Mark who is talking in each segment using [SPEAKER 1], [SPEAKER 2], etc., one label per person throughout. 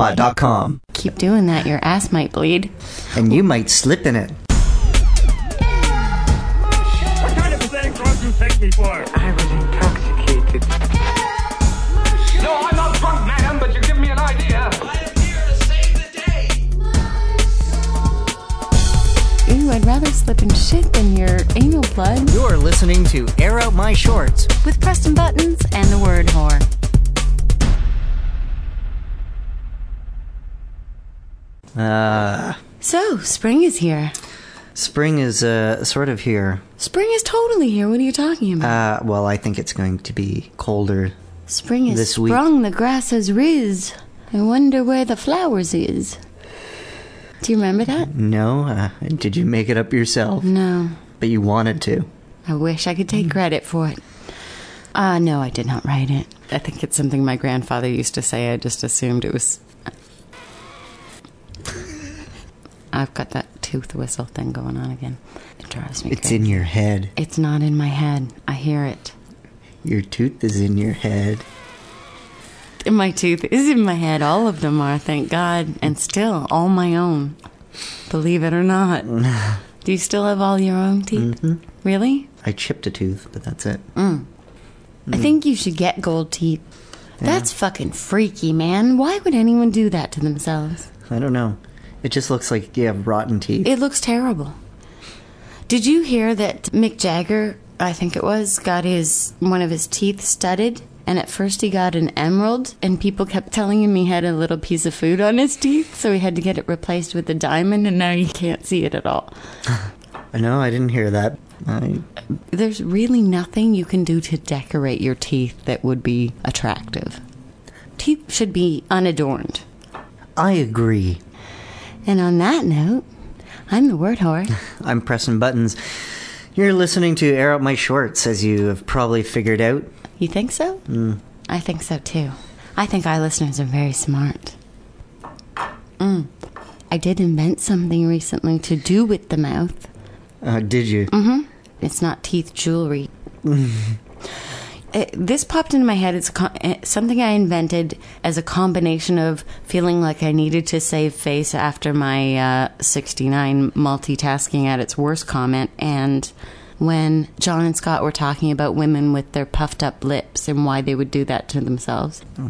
[SPEAKER 1] theitspot.com.
[SPEAKER 2] Keep doing that, your ass might bleed.
[SPEAKER 1] And you might slip in it.
[SPEAKER 3] What kind of pathetic drug do you take me for? I was intoxicated.
[SPEAKER 4] No, I'm not drunk, madam, but you give me an idea.
[SPEAKER 2] Ooh, I'd rather slip in shit than your anal blood.
[SPEAKER 1] You are listening to Air Out My Shorts.
[SPEAKER 2] With Preston Buttons and the word whore.
[SPEAKER 1] Uh,
[SPEAKER 2] So, spring is here.
[SPEAKER 1] spring is uh, sort of here.
[SPEAKER 2] Spring is totally here. What are you talking
[SPEAKER 1] Uh,
[SPEAKER 2] about?
[SPEAKER 1] well, I think it's going to be colder.
[SPEAKER 2] Spring is
[SPEAKER 1] this week-
[SPEAKER 2] sprung, the grass has riz. I wonder where the flowers is. Do you remember that?
[SPEAKER 1] No? Uh, did you make it up yourself?
[SPEAKER 2] No.
[SPEAKER 1] But you wanted to.
[SPEAKER 2] I wish I could
[SPEAKER 1] Mm.
[SPEAKER 2] take credit for it. Uh, no, I did not write it. I think it's something my grandfather used to say. I just assumed it was. I've got that tooth whistle thing going on again. It drives me
[SPEAKER 1] It's
[SPEAKER 2] crazy.
[SPEAKER 1] in your head.
[SPEAKER 2] It's not in my head. I hear it.
[SPEAKER 1] Your tooth is in your head.
[SPEAKER 2] My tooth is in my head. All of them are, thank God. And still, all my own. Believe it or not. Do you still have all your own teeth?
[SPEAKER 1] Mm-hmm.
[SPEAKER 2] Really?
[SPEAKER 1] I chipped a tooth, but that's it.
[SPEAKER 2] I think you should get gold teeth. That's fucking freaky, man. Why would anyone do that to themselves?
[SPEAKER 1] I don't know. It just looks like you have rotten teeth.
[SPEAKER 2] It looks terrible. Did you hear that Mick Jagger, I think it was, got his one of his teeth studded? And at first he got an emerald, and people kept telling him he had a little piece of food on his teeth, so he had to get it replaced with a diamond, and now you can't see it at all.
[SPEAKER 1] no, I didn't hear that. I,
[SPEAKER 2] There's really nothing you can do to decorate your teeth that would be attractive. Teeth should be unadorned.
[SPEAKER 1] I agree.
[SPEAKER 2] And on that note, I'm the word whore.
[SPEAKER 1] I'm pressing buttons. You're listening to Air Out My Shorts, as you have probably figured out.
[SPEAKER 2] You think so? Mm. I think so too. I think our listeners are very smart. Mm. I did invent something recently to do with the mouth.
[SPEAKER 1] Uh, did you?
[SPEAKER 2] Mm-hmm. It's not teeth jewelry. It, Uh, this popped into my head. It's co- eh, something I invented as a combination of feeling like I needed to save face after my uh, 69 multitasking at its worst comment, and when John and Scott were talking about women with their puffed up lips and why they would do that to themselves.
[SPEAKER 1] Hmm.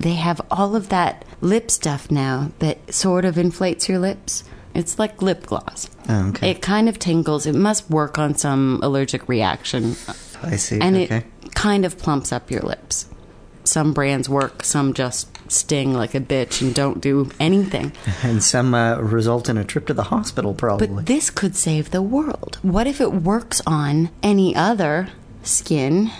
[SPEAKER 2] They have all of that lip stuff now that sort of inflates your lips. It's like lip gloss.
[SPEAKER 1] Oh, okay.
[SPEAKER 2] It kind of tingles. It must work on some allergic reaction,
[SPEAKER 1] I see.
[SPEAKER 2] and
[SPEAKER 1] okay.
[SPEAKER 2] it kind of plumps up your lips. Some brands work, some just sting like a bitch and don't do anything.
[SPEAKER 1] and some uh, result in a trip to the hospital, probably.
[SPEAKER 2] But this could save the world. What if it works on any other skin?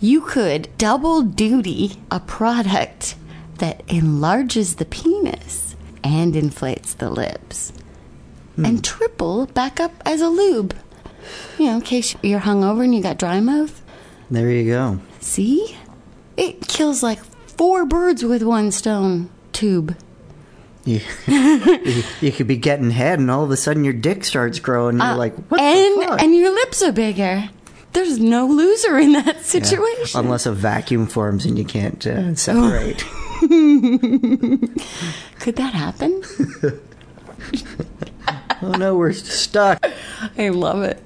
[SPEAKER 2] You could double duty a product that enlarges the penis and inflates the lips, and triple back up as a lube. You know, in case you're hungover and you got dry mouth.
[SPEAKER 1] there you go.
[SPEAKER 2] See? It kills like four birds with one stone tube.
[SPEAKER 1] You, you- you could be getting head, and all of a sudden your dick starts growing. And you're like, what
[SPEAKER 2] Uh, and
[SPEAKER 1] the fuck?
[SPEAKER 2] and your lips are bigger. There's no loser in that
[SPEAKER 1] Yeah. Um,
[SPEAKER 2] situation. Oh.
[SPEAKER 1] Unless a vacuum forms and you can't uh, separate.
[SPEAKER 2] Could that happen?
[SPEAKER 1] oh no, we're stuck.
[SPEAKER 2] I love it.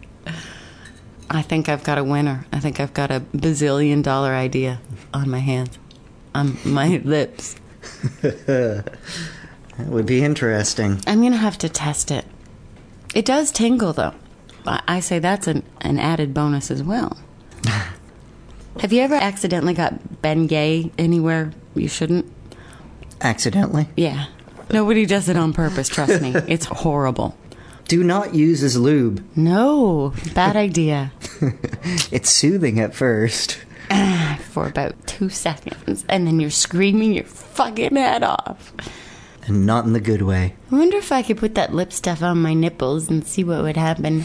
[SPEAKER 2] I think I've got a winner. I think I've got a bazillion dollar idea on my hands, on my lips.
[SPEAKER 1] That would be interesting.
[SPEAKER 2] I'm gonna have to test it. It does tingle though. I I say that's an, an added bonus as well. have you ever accidentally got Ben Gay anywhere you shouldn't?
[SPEAKER 1] Accidentally.
[SPEAKER 2] Yeah. Nobody does it on purpose, trust me. It's horrible.
[SPEAKER 1] Do not use as lube.
[SPEAKER 2] No, bad idea
[SPEAKER 1] It's soothing at first.
[SPEAKER 2] for about two seconds, and then you're screaming your fucking head off.
[SPEAKER 1] And not in the good way.
[SPEAKER 2] I wonder if I could put that lip stuff on my nipples and see what would happen.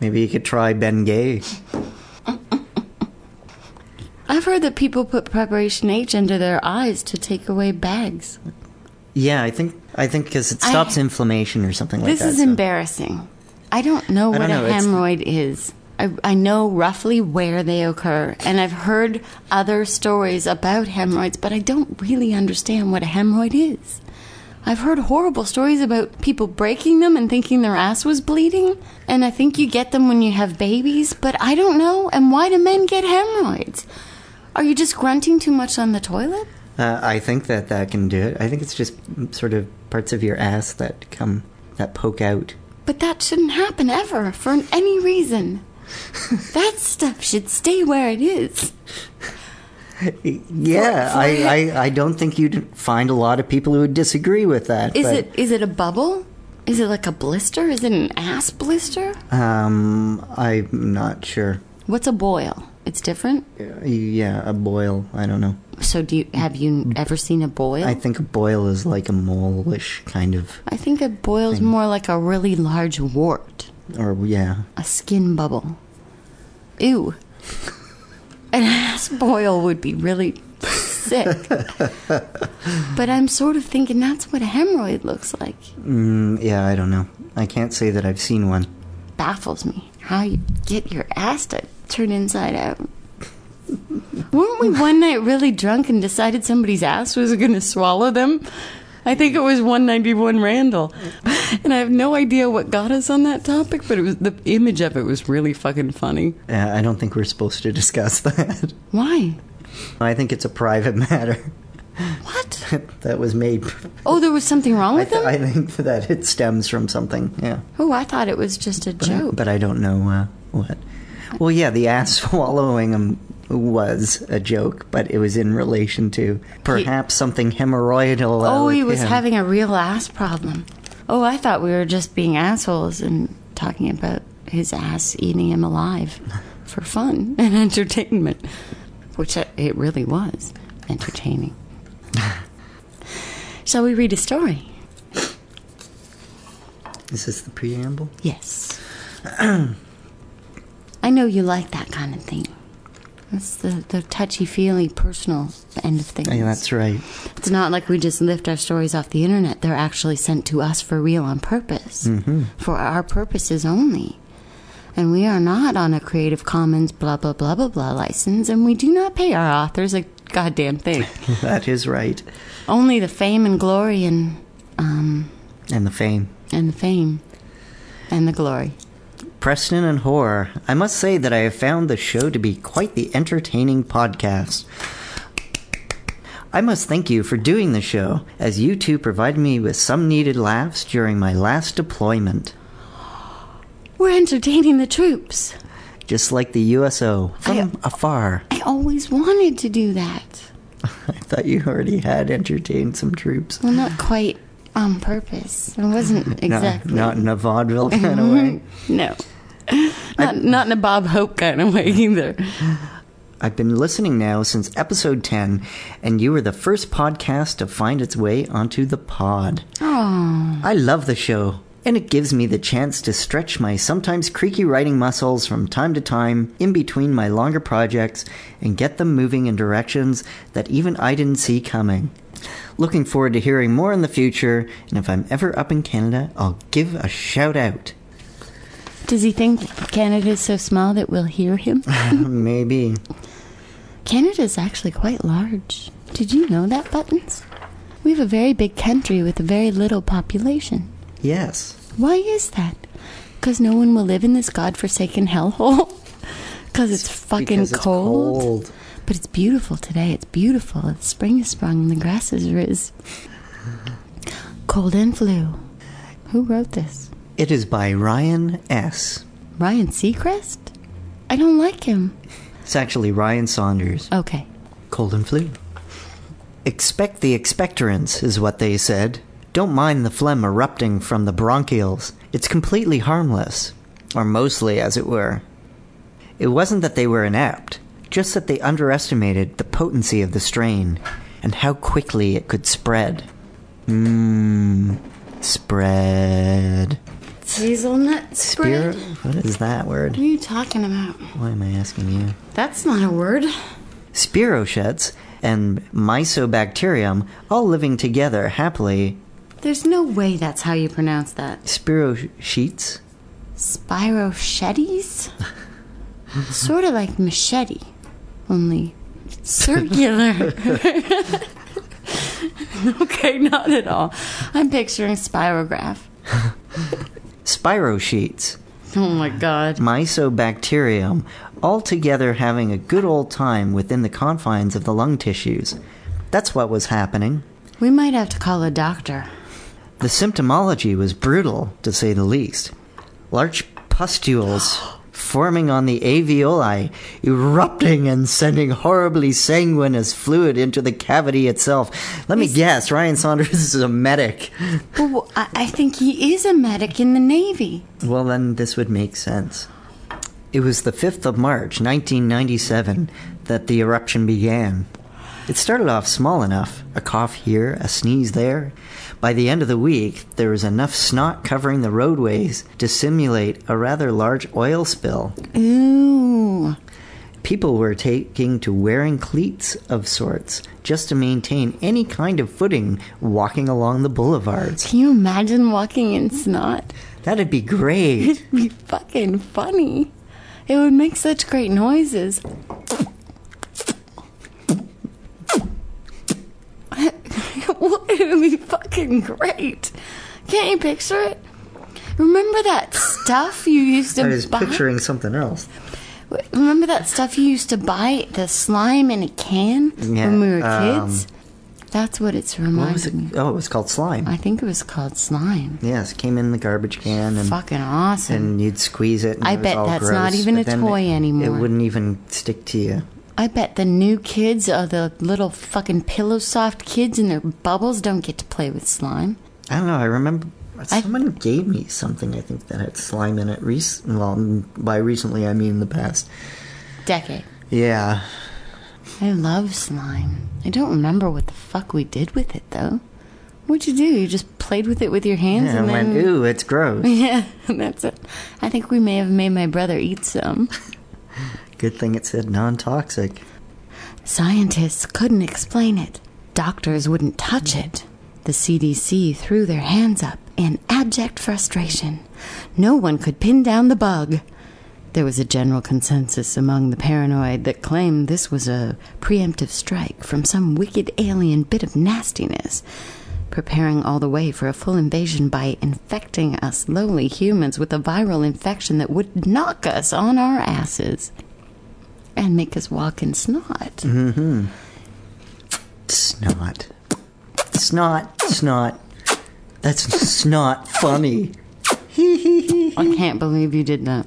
[SPEAKER 1] Maybe you could try Ben Gay.
[SPEAKER 2] I've heard that people put preparation H under their eyes to take away bags.
[SPEAKER 1] Yeah, I think I think because it
[SPEAKER 2] I-
[SPEAKER 1] stops inflammation or something like
[SPEAKER 2] This
[SPEAKER 1] that.
[SPEAKER 2] is
[SPEAKER 1] so-
[SPEAKER 2] embarrassing. I don't know
[SPEAKER 1] I
[SPEAKER 2] what
[SPEAKER 1] don't know,
[SPEAKER 2] a
[SPEAKER 1] it's-
[SPEAKER 2] hemorrhoid is. I, I know roughly where they occur, and I've heard other stories about hemorrhoids, but I don't really understand what a hemorrhoid is. I've heard horrible stories about people breaking them and thinking their ass was bleeding, and I think you get them when you have babies, but I don't know. And why do men get hemorrhoids? Are you just grunting too much on the toilet?
[SPEAKER 1] Uh, I think that that can do it. I think it's just sort of parts of your ass that come that poke out.
[SPEAKER 2] But that shouldn't happen ever for any reason. that stuff should stay where it is.
[SPEAKER 1] Yeah,
[SPEAKER 2] For- for
[SPEAKER 1] I, I, I don't think you'd find a lot of people who would disagree with that.
[SPEAKER 2] Is
[SPEAKER 1] but,
[SPEAKER 2] it is it a bubble? Is it like a blister? Is it an ass blister?
[SPEAKER 1] Um, I'm not sure.
[SPEAKER 2] What's a boil? It's different.
[SPEAKER 1] Yeah, a boil. I don't know.
[SPEAKER 2] So do you have you ever seen a boil?
[SPEAKER 1] I think a boil is like a mole-ish kind of,
[SPEAKER 2] I think a boil's more like a really large wart,
[SPEAKER 1] or yeah,
[SPEAKER 2] a skin bubble. Ew. An ass boil would be really sick. but I'm sort of thinking that's what a hemorrhoid looks like.
[SPEAKER 1] Mm, yeah. I don't know. I can't say that I've seen one.
[SPEAKER 2] baffles me how you get your ass to turn inside out. Weren't we one night really drunk and decided somebody's ass was going to swallow them? I think it was 191 Randall. And I have no idea what got us on that topic, but it was the image of it was really fucking funny.
[SPEAKER 1] Uh, I don't think we're supposed to discuss that.
[SPEAKER 2] Why?
[SPEAKER 1] I think it's a private matter
[SPEAKER 2] What?
[SPEAKER 1] that was made.
[SPEAKER 2] Oh, there was something wrong
[SPEAKER 1] I,
[SPEAKER 2] with
[SPEAKER 1] th-
[SPEAKER 2] them?
[SPEAKER 1] I think that it stems from something. Yeah.
[SPEAKER 2] oh, I thought it was just a joke.
[SPEAKER 1] But I don't know uh, what. Well, yeah, the ass swallowing him was a joke, but it was in relation to perhaps something hemorrhoidal. uh,
[SPEAKER 2] Oh, he
[SPEAKER 1] with
[SPEAKER 2] was
[SPEAKER 1] him.
[SPEAKER 2] having a real ass problem. Oh, I thought we were just being assholes and talking about his ass eating him alive for fun and entertainment, which it- it really was entertaining. Shall we read a story?
[SPEAKER 1] Is this the preamble?
[SPEAKER 2] Yes. I know you like that kind of thing. That's the, the touchy feely personal end of things.
[SPEAKER 1] Yeah, that's right.
[SPEAKER 2] It's not like we just lift our stories off the internet. They're actually sent to us for real on purpose,
[SPEAKER 1] Mm-hmm.
[SPEAKER 2] for our purposes only. And we are not on a Creative Commons blah, blah, blah, blah, blah license, and we do not pay our authors a goddamn thing.
[SPEAKER 1] That is right.
[SPEAKER 2] only the fame and glory and, um,
[SPEAKER 1] And the fame.
[SPEAKER 2] and the fame and the glory.
[SPEAKER 1] Preston and Horror. I must say that I have found the show to be quite the entertaining podcast. I must thank you for doing the show, as you two provided me with some needed laughs during my last deployment.
[SPEAKER 2] We're entertaining the troops.
[SPEAKER 1] Just like the USO from
[SPEAKER 2] I-
[SPEAKER 1] afar.
[SPEAKER 2] I always wanted to do that.
[SPEAKER 1] I thought you already had entertained some troops.
[SPEAKER 2] Well, not quite on purpose. It wasn't
[SPEAKER 1] No,
[SPEAKER 2] exactly. Mm-hmm.
[SPEAKER 1] not in a vaudeville kind of way.
[SPEAKER 2] No. Not, not in a Bob Hope kind of way either.
[SPEAKER 1] I've been listening now since episode 10, and you were the first podcast to find its way onto the pod. I love the show, and it gives me the chance to stretch my sometimes creaky writing muscles from time to time in between my longer projects and get them moving in directions that even I didn't see coming. Looking forward to hearing more in the future, and if I'm ever up in Canada, I'll give a shout out.
[SPEAKER 2] Does he think Canada is so small that we'll hear him?
[SPEAKER 1] Maybe.
[SPEAKER 2] Canada is actually quite large. Did you know that, Buttons? We have a very big country with a very little population.
[SPEAKER 1] Yes.
[SPEAKER 2] Why is that? Because no one will live in this godforsaken hellhole? Because it's fucking
[SPEAKER 1] Because it's cold.
[SPEAKER 2] But it's beautiful today. It's beautiful. The spring has sprung and the grass is riz. Cold and flu. Who wrote this?
[SPEAKER 1] It is by Ryan S.
[SPEAKER 2] Ryan Seacrest? I don't like him.
[SPEAKER 1] It's actually Ryan Saunders.
[SPEAKER 2] Okay.
[SPEAKER 1] Cold and flu. Expect the expectorants, is what they said. Don't mind the phlegm erupting from the bronchioles. It's completely harmless, or mostly, as it were. It wasn't that they were inept, just that they underestimated the potency of the strain and how quickly it could spread. Mmm, spread.
[SPEAKER 2] Hazelnut
[SPEAKER 1] Spear? What is that word?
[SPEAKER 2] are you talking about?
[SPEAKER 1] Why am I asking you?
[SPEAKER 2] That's not a word.
[SPEAKER 1] spirochetes and mysobacterium all living together happily
[SPEAKER 2] There's no way that's how you pronounce that.
[SPEAKER 1] spirochetes
[SPEAKER 2] Spirochetes? sort of like machete, only circular. okay, not at all. I'm picturing spirograph.
[SPEAKER 1] Spirosheets,
[SPEAKER 2] Oh my god.
[SPEAKER 1] mysobacterium, all together having a good old time within the confines of the lung tissues. That's what was happening.
[SPEAKER 2] We might have to call a doctor.
[SPEAKER 1] The symptomology was brutal, to say the least. Large pustules forming on the alveoli, erupting and sending horribly sanguineous fluid into the cavity itself. Let me guess, Ryan Saunders is a medic.
[SPEAKER 2] Well, I, I think he is a medic in the Navy.
[SPEAKER 1] Well, then this would make sense. It was the 5th of March, 1997, that the eruption began. It started off small enough a cough here, a sneeze there. By the end of the week, there was enough snot covering the roadways to simulate a rather large oil spill.
[SPEAKER 2] Ooh.
[SPEAKER 1] People were taking to wearing cleats of sorts just to maintain any kind of footing walking along the boulevards.
[SPEAKER 2] Can you imagine walking in snot?
[SPEAKER 1] That'd be great.
[SPEAKER 2] It'd be fucking funny. It would make such great noises. it would be fucking great. Can't you picture it? Remember that stuff you used to
[SPEAKER 1] I was
[SPEAKER 2] buy?
[SPEAKER 1] picturing something else.
[SPEAKER 2] Remember that stuff you used to buy, the slime in a can when we were
[SPEAKER 1] Yeah, um,
[SPEAKER 2] kids? That's what it's
[SPEAKER 1] What was
[SPEAKER 2] reminded
[SPEAKER 1] it?
[SPEAKER 2] me.
[SPEAKER 1] Oh, it was called slime.
[SPEAKER 2] I think it was called slime.
[SPEAKER 1] Yes, came in the garbage can and
[SPEAKER 2] Fucking awesome.
[SPEAKER 1] and you'd squeeze it. And
[SPEAKER 2] I
[SPEAKER 1] it was
[SPEAKER 2] bet
[SPEAKER 1] all
[SPEAKER 2] that's not
[SPEAKER 1] gross,
[SPEAKER 2] even
[SPEAKER 1] but
[SPEAKER 2] a
[SPEAKER 1] then
[SPEAKER 2] toy
[SPEAKER 1] it, It
[SPEAKER 2] anymore.
[SPEAKER 1] wouldn't even stick to you.
[SPEAKER 2] I bet the new kids or the little fucking pillow soft kids in their bubbles don't get to play with slime.
[SPEAKER 1] I don't know. I remember
[SPEAKER 2] I-
[SPEAKER 1] someone gave me something. I think that had slime in it. Rec- well, n- by recently I mean the past.
[SPEAKER 2] Decade.
[SPEAKER 1] Yeah,
[SPEAKER 2] I love slime. I don't remember what the fuck we did with it though. What'd you do? You just played with it with your hands
[SPEAKER 1] and
[SPEAKER 2] and
[SPEAKER 1] I
[SPEAKER 2] then
[SPEAKER 1] went, ooh, it's gross.
[SPEAKER 2] Yeah, that's it. I think we may have made my brother eat some.
[SPEAKER 1] Good thing it said non-toxic.
[SPEAKER 2] Scientists couldn't explain it. Doctors wouldn't touch it. The CDC threw their hands up in abject frustration. No one could pin down the bug. There was a general consensus among the paranoid that claimed this was a preemptive strike from some wicked alien bit of nastiness, preparing all the way for a full invasion by infecting us lowly humans with a viral infection that would knock us on our asses and make us walk in snot.
[SPEAKER 1] Snot, snot, snot. That's snot funny.
[SPEAKER 2] I can't believe you did that.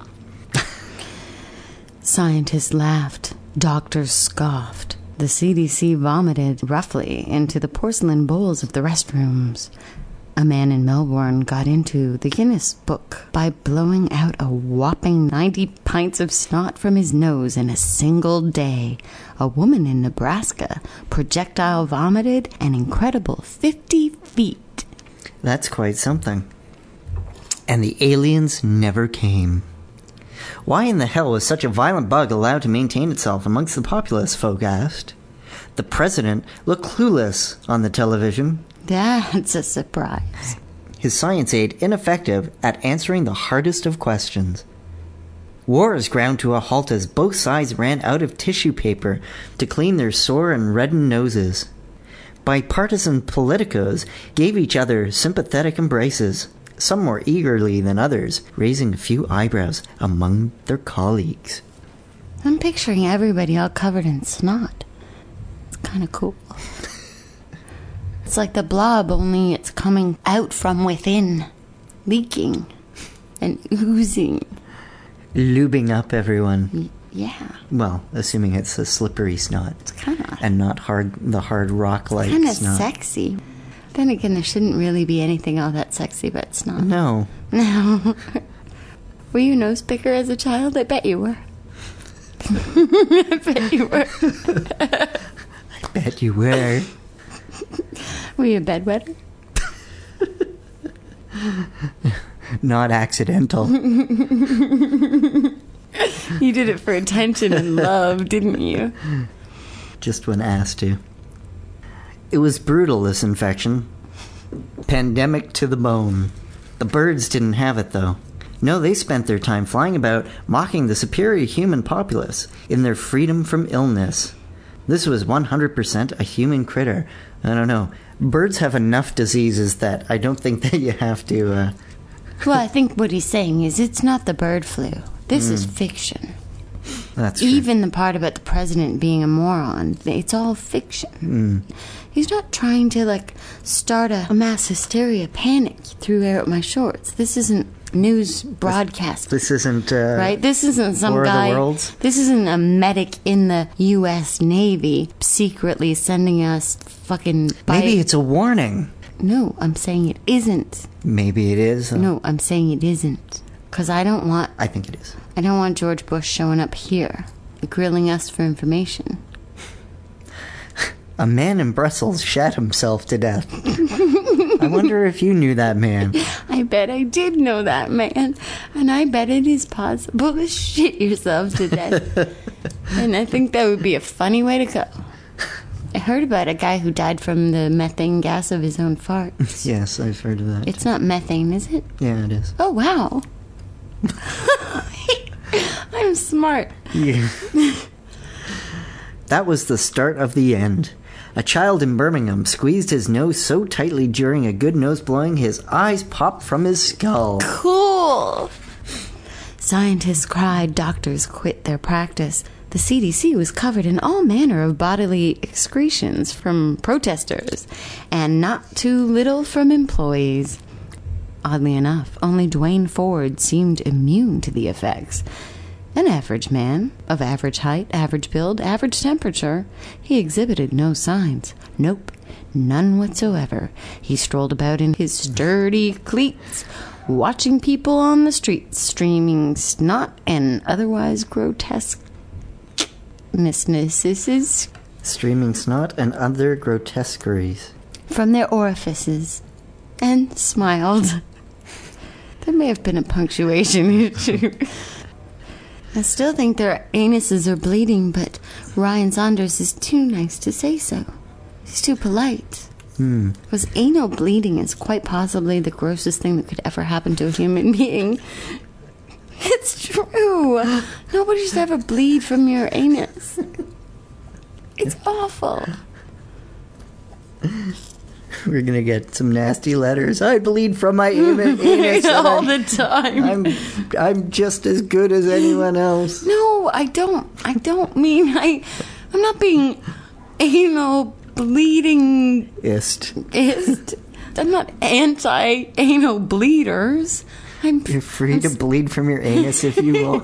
[SPEAKER 2] Scientists laughed. Doctors scoffed. The CDC vomited roughly into the porcelain bowls of the restrooms. A man in Melbourne got into the Guinness Book by blowing out a whopping 90 pints of snot from his nose in a single day. A woman in Nebraska projectile vomited an incredible 50 feet.
[SPEAKER 1] That's quite something. And the aliens never came. Why in the hell was such a violent bug allowed to maintain itself amongst the populace, folk asked. The president looked clueless on the television,
[SPEAKER 2] That's a surprise.
[SPEAKER 1] his science aid ineffective at answering the hardest of questions. Wars ground to a halt as both sides ran out of tissue paper to clean their sore and reddened noses. Bipartisan politicos gave each other sympathetic embraces, some more eagerly than others, raising a few eyebrows among their colleagues.
[SPEAKER 2] I'm picturing everybody all covered in snot. It's kind of cool. it's like the blob, only it's coming out from within, leaking and oozing.
[SPEAKER 1] Lubing up everyone.
[SPEAKER 2] Yeah,
[SPEAKER 1] Well, assuming it's a slippery snot
[SPEAKER 2] it's kind of
[SPEAKER 1] and not hard the hard rock like
[SPEAKER 2] kind of
[SPEAKER 1] snot.
[SPEAKER 2] sexy. Then again, there shouldn't really be anything all that sexy about snot.
[SPEAKER 1] No.
[SPEAKER 2] No. were you a nose picker as a child? I bet you were. I bet you were.
[SPEAKER 1] Bet you were.
[SPEAKER 2] Were you a bedwetter?
[SPEAKER 1] not accidental.
[SPEAKER 2] You did it for attention and love, didn't you?
[SPEAKER 1] just when asked to. It was brutal, this infection. Pandemic to the bone. The birds didn't have it, though. No, they spent their time flying about, mocking the superior human populace in their freedom from illness. This was 100% a human critter. I don't know. Birds have enough diseases that I don't think that you have to. Uh,
[SPEAKER 2] Well, I think what he's saying is it's not the bird flu. This is fiction.
[SPEAKER 1] that's Mm. true.
[SPEAKER 2] Even the part about the president being a moron, it's all fiction.
[SPEAKER 1] Mm.
[SPEAKER 2] He's not trying to like start a, a mass hysteria panic through air at my shorts. This isn't news broadcast.
[SPEAKER 1] This isn't. Uh,
[SPEAKER 2] Right? This isn't some
[SPEAKER 1] War of the
[SPEAKER 2] guy.
[SPEAKER 1] Worlds?
[SPEAKER 2] This isn't a medic in the U.S. Navy secretly sending us fucking. Bi-
[SPEAKER 1] Maybe it's a warning.
[SPEAKER 2] No, I'm saying it isn't.
[SPEAKER 1] Maybe it is. uh,
[SPEAKER 2] No, I'm saying it isn't. Because I don't want
[SPEAKER 1] I think it is.
[SPEAKER 2] I don't want George Bush showing up here, grilling us for information.
[SPEAKER 1] A man in Brussels shat himself to death. I wonder if you knew that man.
[SPEAKER 2] I bet I did know that man, and I bet it is possible to shit yourself to death. and I think that would be a funny way to go. I heard about a guy who died from the methane gas of his own fart.
[SPEAKER 1] Yes, I've heard of that.
[SPEAKER 2] It's not methane, is it?
[SPEAKER 1] yeah, it is.
[SPEAKER 2] Oh, wow. I'm smart.
[SPEAKER 1] Yeah. that was the start of the end. A child in Birmingham squeezed his nose so tightly during a good nose blowing, his eyes popped from his skull.
[SPEAKER 2] Cool. Scientists cried, doctors quit their practice. The CDC was covered in all manner of bodily excretions from protesters, and not too little from employees. Oddly enough, only Dwayne Ford seemed immune to the effects. An average man, of average height, average build, average temperature, he exhibited no signs. Nope, none whatsoever. He strolled about in his sturdy cleats, watching people on the streets streaming snot and otherwise grotesque misnesses
[SPEAKER 1] Streaming snot and other grotesqueries.
[SPEAKER 2] from their orifices and smiled. There may have been a punctuation issue. I still think their anuses are bleeding, but Ryan Saunders is too nice to say so. He's too polite. Because anal bleeding is quite possibly the grossest thing that could ever happen to a human being. It's true. Nobody should ever bleed from your anus. It's awful.
[SPEAKER 1] We're gonna get some nasty letters. I bleed from my anus. anus and
[SPEAKER 2] All
[SPEAKER 1] I'm-
[SPEAKER 2] the time.
[SPEAKER 1] I'm, I'm just as good as anyone else.
[SPEAKER 2] No, I don't. I don't mean I. I'm not being anal bleeding.
[SPEAKER 1] Ist.
[SPEAKER 2] I'm not anti anal bleeders. I'm.
[SPEAKER 1] You're free to bleed from your anus if you will.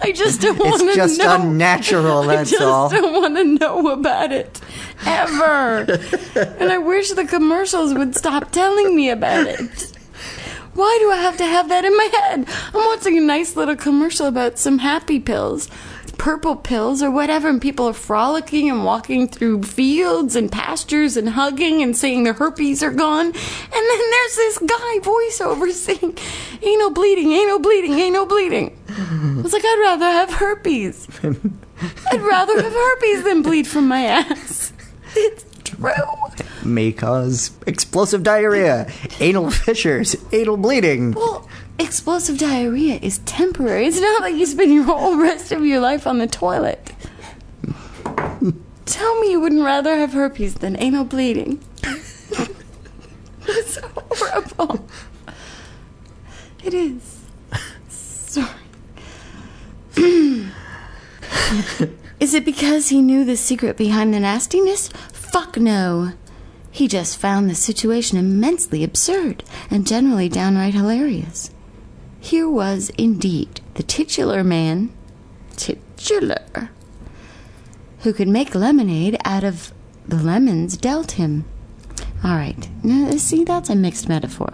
[SPEAKER 2] I just don't want to know.
[SPEAKER 1] it's just unnatural,
[SPEAKER 2] I
[SPEAKER 1] that's
[SPEAKER 2] just
[SPEAKER 1] all.
[SPEAKER 2] don't want to know about it ever. and I wish the commercials would stop telling me about it. Why do I have to have that in my head? I'm watching a nice little commercial about some happy pills, purple pills or whatever, and people are frolicking and walking through fields and pastures and hugging and saying their herpes are gone. And then there's this guy voiceover saying, Ain't no bleeding, ain't no bleeding, ain't no bleeding. I was like, I'd rather have herpes. I'd rather have herpes than bleed from my ass. It's true.
[SPEAKER 1] May cause explosive diarrhea, anal fissures, anal bleeding.
[SPEAKER 2] Well, explosive diarrhea is temporary. It's not like you spend your whole rest of your life on the toilet. Tell me you wouldn't rather have herpes than anal bleeding. It's horrible. It is. Sorry. Is it because he knew the secret behind the nastiness? Fuck no. He just found the situation immensely absurd and generally downright hilarious. Here was indeed the titular man, titular, who could make lemonade out of the lemons dealt him. All right, now see, that's a mixed metaphor.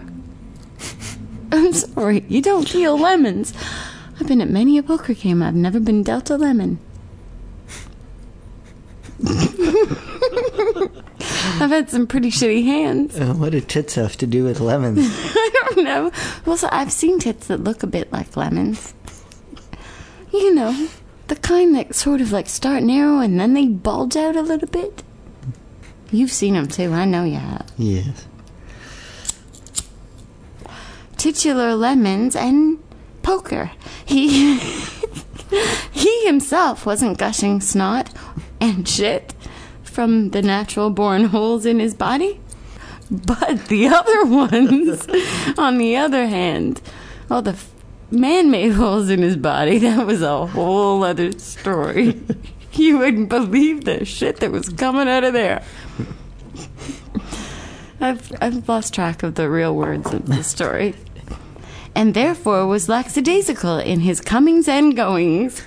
[SPEAKER 2] I'm sorry, you don't deal lemons. I've been at many a poker game, I've never been dealt a lemon. I've had some pretty shitty hands.
[SPEAKER 1] Uh, what do tits have to do with lemons?
[SPEAKER 2] I don't know. Well, so I've seen tits that look a bit like lemons. You know, the kind that sort of like start narrow and then they bulge out a little bit. You've seen them too. I know you have.
[SPEAKER 1] yes.
[SPEAKER 2] titular lemons and poker. He he himself wasn't gushing snot and shit from the natural born holes in his body. But the other ones, on the other hand, all the f- man made holes in his body, that was a whole other story. you wouldn't believe the shit that was coming out of there. I've, I've lost track of the real words of the story. And therefore was lackadaisical in his comings and goings.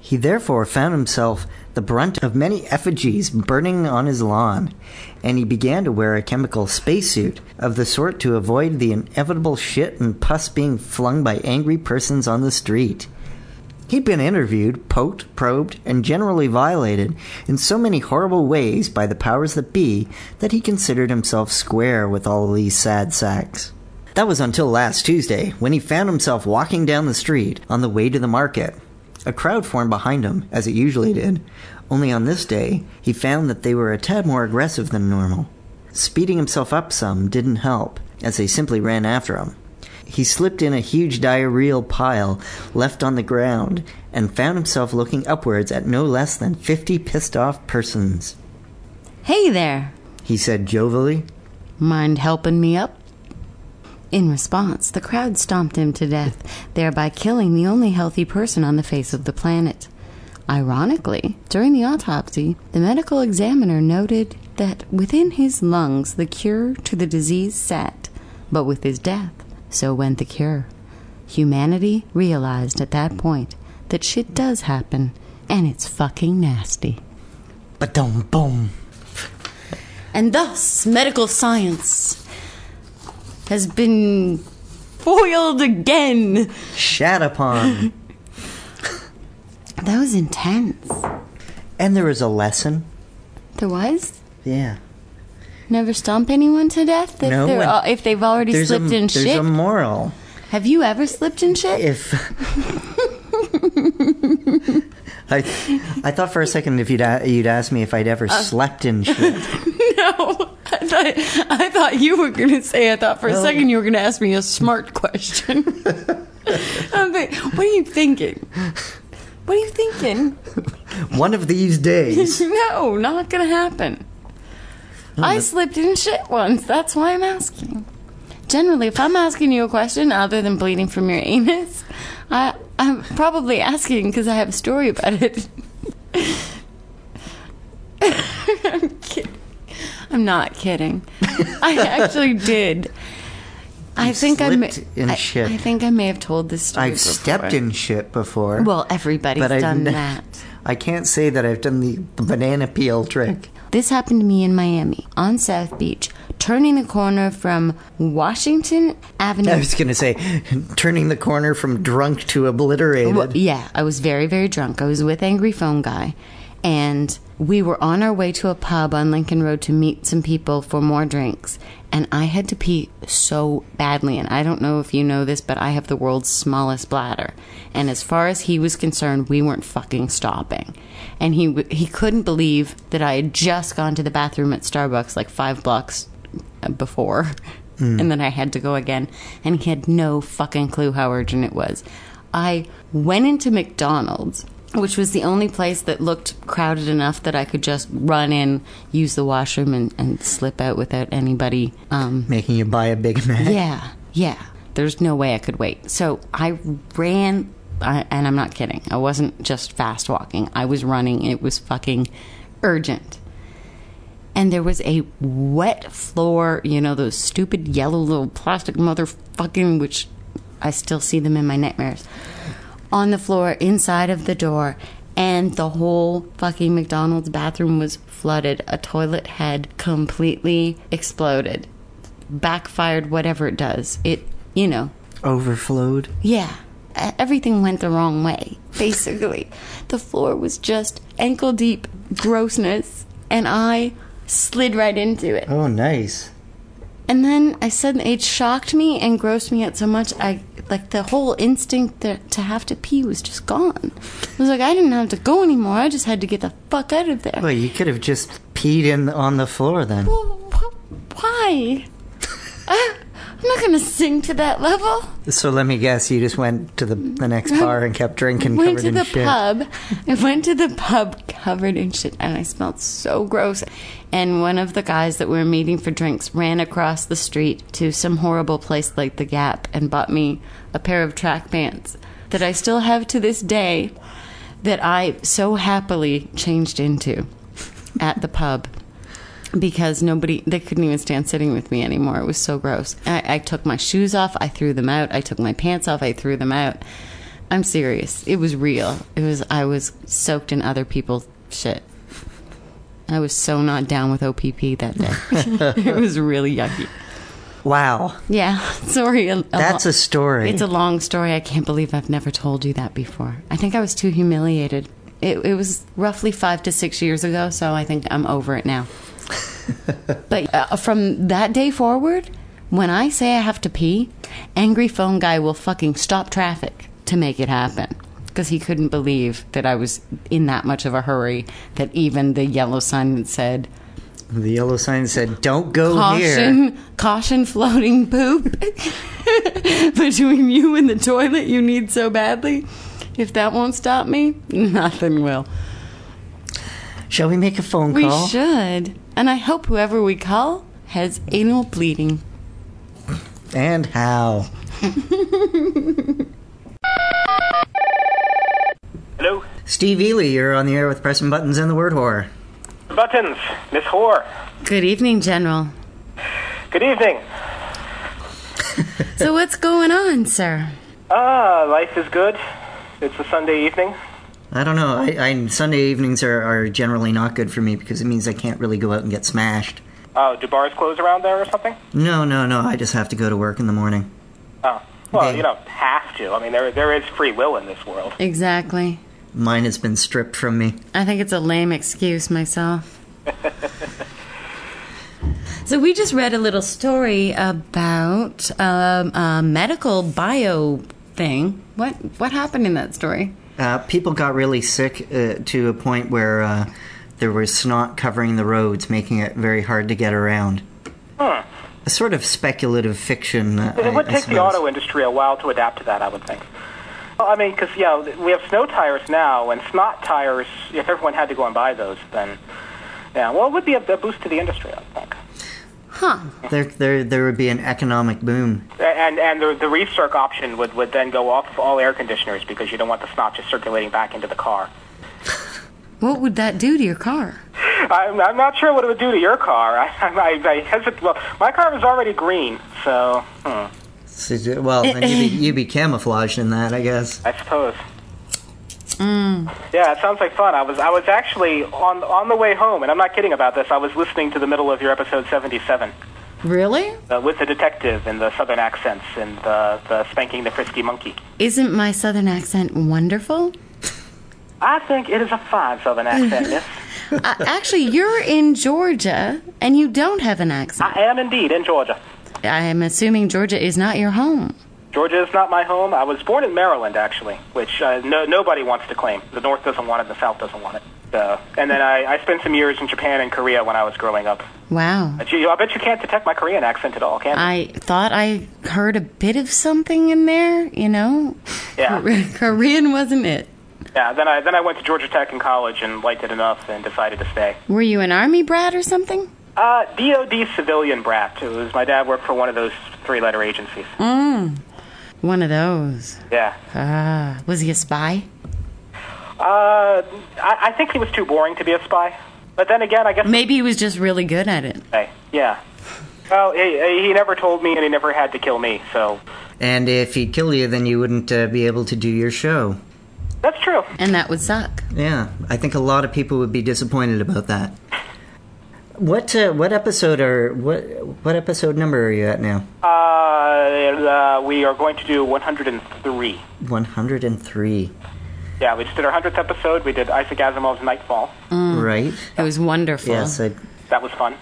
[SPEAKER 1] He therefore found himself the brunt of many effigies burning on his lawn, and he began to wear a chemical spacesuit of the sort to avoid the inevitable shit and pus being flung by angry persons on the street. He'd been interviewed, poked, probed, and generally violated in so many horrible ways by the powers that be that he considered himself square with all these sad sacks. That was until last Tuesday, when he found himself walking down the street on the way to the market. A crowd formed behind him, as it usually did, only on this day he found that they were a tad more aggressive than normal. Speeding himself up some didn't help, as they simply ran after him. He slipped in a huge diarrheal pile left on the ground and found himself looking upwards at no less than fifty pissed off persons.
[SPEAKER 2] Hey there,
[SPEAKER 1] He said jovially,
[SPEAKER 2] mind helping me up? In response, the crowd stomped him to death, thereby killing the only healthy person on the face of the planet. Ironically, during the autopsy, the medical examiner noted that within his lungs the cure to the disease sat, but with his death, so went the cure. Humanity realized at that point that shit does happen, and it's fucking nasty.
[SPEAKER 1] But boom, boom.
[SPEAKER 2] And thus, medical science has been foiled again.
[SPEAKER 1] Shat upon.
[SPEAKER 2] That was intense.
[SPEAKER 1] and there was a lesson.
[SPEAKER 2] There was?
[SPEAKER 1] Yeah.
[SPEAKER 2] Never stomp anyone to death if,
[SPEAKER 1] No,
[SPEAKER 2] they're,
[SPEAKER 1] and
[SPEAKER 2] al- if they've already
[SPEAKER 1] There's,
[SPEAKER 2] slipped
[SPEAKER 1] a,
[SPEAKER 2] in
[SPEAKER 1] there's
[SPEAKER 2] shit.
[SPEAKER 1] a moral.
[SPEAKER 2] Have you ever slipped in shit?
[SPEAKER 1] if I, I thought for a second if you'd a, you'd ask me if I'd ever
[SPEAKER 2] Uh.
[SPEAKER 1] slept in shit.
[SPEAKER 2] No. I thought, I thought you were going to say, I thought for a
[SPEAKER 1] No.
[SPEAKER 2] second you were going to ask me a smart question. I'm like, what are you thinking? What are you thinking?
[SPEAKER 1] One of these days,
[SPEAKER 2] no, not gonna happen.
[SPEAKER 1] Hmm.
[SPEAKER 2] I slipped in shit once. That's why I'm asking. Generally, if I'm asking you a question other than bleeding from your anus, I, I'm probably asking because I have a story about it. I'm kidding. I'm not kidding. I actually did. I think I, ma-
[SPEAKER 1] slipped in
[SPEAKER 2] I,
[SPEAKER 1] shit.
[SPEAKER 2] I think I may have told this story.
[SPEAKER 1] I've stepped
[SPEAKER 2] before.
[SPEAKER 1] in shit before.
[SPEAKER 2] Well, everybody's
[SPEAKER 1] I've
[SPEAKER 2] done
[SPEAKER 1] ne-
[SPEAKER 2] that.
[SPEAKER 1] I can't say that I've done the, the banana peel trick.
[SPEAKER 2] This happened to me in Miami on South Beach, turning the corner from Washington
[SPEAKER 1] I
[SPEAKER 2] Avenue.
[SPEAKER 1] was gonna say, turning the corner from drunk to obliterated.
[SPEAKER 2] Well, yeah, I was very, very drunk. I was with Angry Phone Guy, and we were on our way to a pub on Lincoln Road to meet some people for more drinks. And I had to pee so badly. And I don't know if you know this, but I have the world's smallest bladder. And as far as he was concerned, we weren't fucking stopping. And he w- he couldn't believe that I had just gone to the bathroom at Starbucks like five blocks before and then I had to go again and he had no fucking clue how urgent it was. I went into McDonald's, which was the only place that looked crowded enough that I could just run in, use the washroom and, and slip out without anybody um
[SPEAKER 1] Making you buy a Big Mac.
[SPEAKER 2] yeah, yeah. There's no way I could wait. So I ran, I, and I'm not kidding. I wasn't just fast walking, I was running. It was fucking urgent. And there was a wet floor, you know, those stupid yellow little plastic motherfucking, which I still see them in my nightmares, on the floor inside of the door. And the whole fucking McDonald's bathroom was flooded. A toilet had completely exploded backfired whatever it does it you know
[SPEAKER 1] Overflowed.
[SPEAKER 2] yeah E- everything went the wrong way basically the floor was just ankle deep grossness and i slid right into it
[SPEAKER 1] Oh, nice.
[SPEAKER 2] and then i suddenly it shocked me and grossed me out so much i like the whole instinct to, to have to pee was just gone it was like i didn't have to go anymore i just had to get the fuck out of there
[SPEAKER 1] Well, you could have just peed in on the floor then.
[SPEAKER 2] Wh- wh- why? I, Ah, I'm not gonna sing to that level.
[SPEAKER 1] So let me guess, you just went to the, the next bar and kept drinking,
[SPEAKER 2] went
[SPEAKER 1] covered
[SPEAKER 2] to
[SPEAKER 1] in
[SPEAKER 2] the
[SPEAKER 1] shit.
[SPEAKER 2] pub. I went to the pub covered in shit, and I smelled so gross. And one of the guys that we were meeting for drinks ran across the street to some horrible place like the Gap and bought me a pair of track pants that I still have to this day, that I so happily changed into at the pub. Because nobody, they couldn't even stand sitting with me anymore. It was so gross. I, I took my shoes off. I threw them out. I took my pants off. I threw them out. I'm serious. It was real. It was I was soaked in other people's shit. I was so not down with OPP that day. it was really yucky.
[SPEAKER 1] Wow,
[SPEAKER 2] Yeah, sorry. a- a
[SPEAKER 1] that's
[SPEAKER 2] lo-
[SPEAKER 1] a story.
[SPEAKER 2] It's a long story. I can't believe I've never told you that before. I think I was too humiliated. It, it was roughly five to six years ago, so I think I'm over it now. but uh, from that day forward, when I say I have to pee, angry phone guy will fucking stop traffic to make it happen because he couldn't believe that I was in that much of a hurry that even the yellow sign that said
[SPEAKER 1] the yellow sign said, "Don't go here."
[SPEAKER 2] caution, caution, floating poop between you and the toilet you need so badly. If that won't stop me, nothing will.
[SPEAKER 1] Shall we make a phone
[SPEAKER 2] We
[SPEAKER 1] call?
[SPEAKER 2] should, and I hope whoever we call has anal bleeding.
[SPEAKER 1] And how?
[SPEAKER 5] Hello?
[SPEAKER 1] Steve Ely, you're on the air with pressing buttons and the word horror.
[SPEAKER 5] Buttons, Miss Hoare.
[SPEAKER 2] Good evening, General.
[SPEAKER 5] Good evening.
[SPEAKER 2] So what's going on, sir?
[SPEAKER 5] Ah, life is good. It's a Sunday evening.
[SPEAKER 1] I don't know. I, I Sunday evenings are, are generally not good for me because it means I can't really go out and get smashed.
[SPEAKER 5] Oh, do bars close around there or something?
[SPEAKER 1] No, no, no. I just have to go to work in the morning.
[SPEAKER 5] Oh. Well,
[SPEAKER 1] They-
[SPEAKER 5] you don't have to. I mean, there there is free will in this world.
[SPEAKER 2] Exactly.
[SPEAKER 1] Mine has been stripped from me.
[SPEAKER 2] I think it's a lame excuse myself. so we just read a little story about um, a medical bio thing. What what happened in that story?
[SPEAKER 1] Uh, people got really sick uh, to a point where uh, there was snot covering the roads, making it very hard to get around.
[SPEAKER 5] Hmm.
[SPEAKER 1] A sort of speculative fiction. uh,
[SPEAKER 5] It
[SPEAKER 1] I-
[SPEAKER 5] would
[SPEAKER 1] I
[SPEAKER 5] take the
[SPEAKER 1] suppose.
[SPEAKER 5] auto industry a while to adapt to that, I would think. Well, I mean, because, yeah, we have snow tires now, and snot tires, if everyone had to go and buy those, then, yeah, well, it would be a, a boost to the industry, I think.
[SPEAKER 2] Huh.
[SPEAKER 1] There, there, there would be an economic boom.
[SPEAKER 5] And and the the reef circ option would, would then go off of all air conditioners because you don't want the snot just circulating back into the car.
[SPEAKER 2] What would that do to your car?
[SPEAKER 5] I'm, I'm not sure what it would do to your car. I, I, I hesitate. Well, my car was already green, so hmm,
[SPEAKER 1] So, well, then you'd be, you'd be camouflaged in that, I guess.
[SPEAKER 5] I suppose. Yeah, it sounds like fun. I was I was actually on on the way home, and I'm not kidding about this. I was listening to the middle of your episode 77
[SPEAKER 2] Really?
[SPEAKER 5] uh, with the detective and the southern accents and the, the spanking the frisky monkey.
[SPEAKER 2] Isn't my southern accent wonderful?
[SPEAKER 5] I think it is a fine southern accent, miss.
[SPEAKER 2] uh, actually, you're in Georgia and you don't have an accent.
[SPEAKER 5] I am indeed in Georgia.
[SPEAKER 2] I am assuming Georgia is not your home.
[SPEAKER 5] Georgia is not my home. I was born in Maryland, actually, which uh, no, nobody wants to claim. The North doesn't want it. The South doesn't want it. So, and then I, I spent some years in Japan and Korea when I was growing up.
[SPEAKER 2] Wow.
[SPEAKER 5] But you, I bet you can't detect my Korean accent at all, can you?
[SPEAKER 2] I thought I heard a bit of something in there, you know?
[SPEAKER 5] Yeah.
[SPEAKER 2] Kor- Korean wasn't it.
[SPEAKER 5] yeah. Then I then I went to Georgia Tech in college and liked it enough and decided to stay.
[SPEAKER 2] Were you an army brat or something?
[SPEAKER 5] Uh, DoD civilian brat. It was my dad worked for one of those three-letter agencies. Mm.
[SPEAKER 2] One of those.
[SPEAKER 5] Yeah.
[SPEAKER 2] Ah, was he a spy?
[SPEAKER 5] Uh, I, I think he was too boring to be a spy. But then again, I guess
[SPEAKER 2] Maybe he was just really good at it.
[SPEAKER 5] Hey, yeah. Well, he, he never told me, and he never had to kill me, so
[SPEAKER 1] And if he'd kill you, then you wouldn't uh, be able to do your show.
[SPEAKER 5] that's true.
[SPEAKER 2] And that would suck.
[SPEAKER 1] Yeah, I think a lot of people would be disappointed about that. What uh, what episode are what what episode number are you at now?
[SPEAKER 5] Uh, uh, we are going to do 103.
[SPEAKER 1] One hundred and three,
[SPEAKER 5] Yeah, we just did our 100th episode. We did Isaac Asimov's Nightfall.
[SPEAKER 2] Mm.
[SPEAKER 1] right?
[SPEAKER 2] It was wonderful.
[SPEAKER 1] Yes, I,
[SPEAKER 5] That was fun.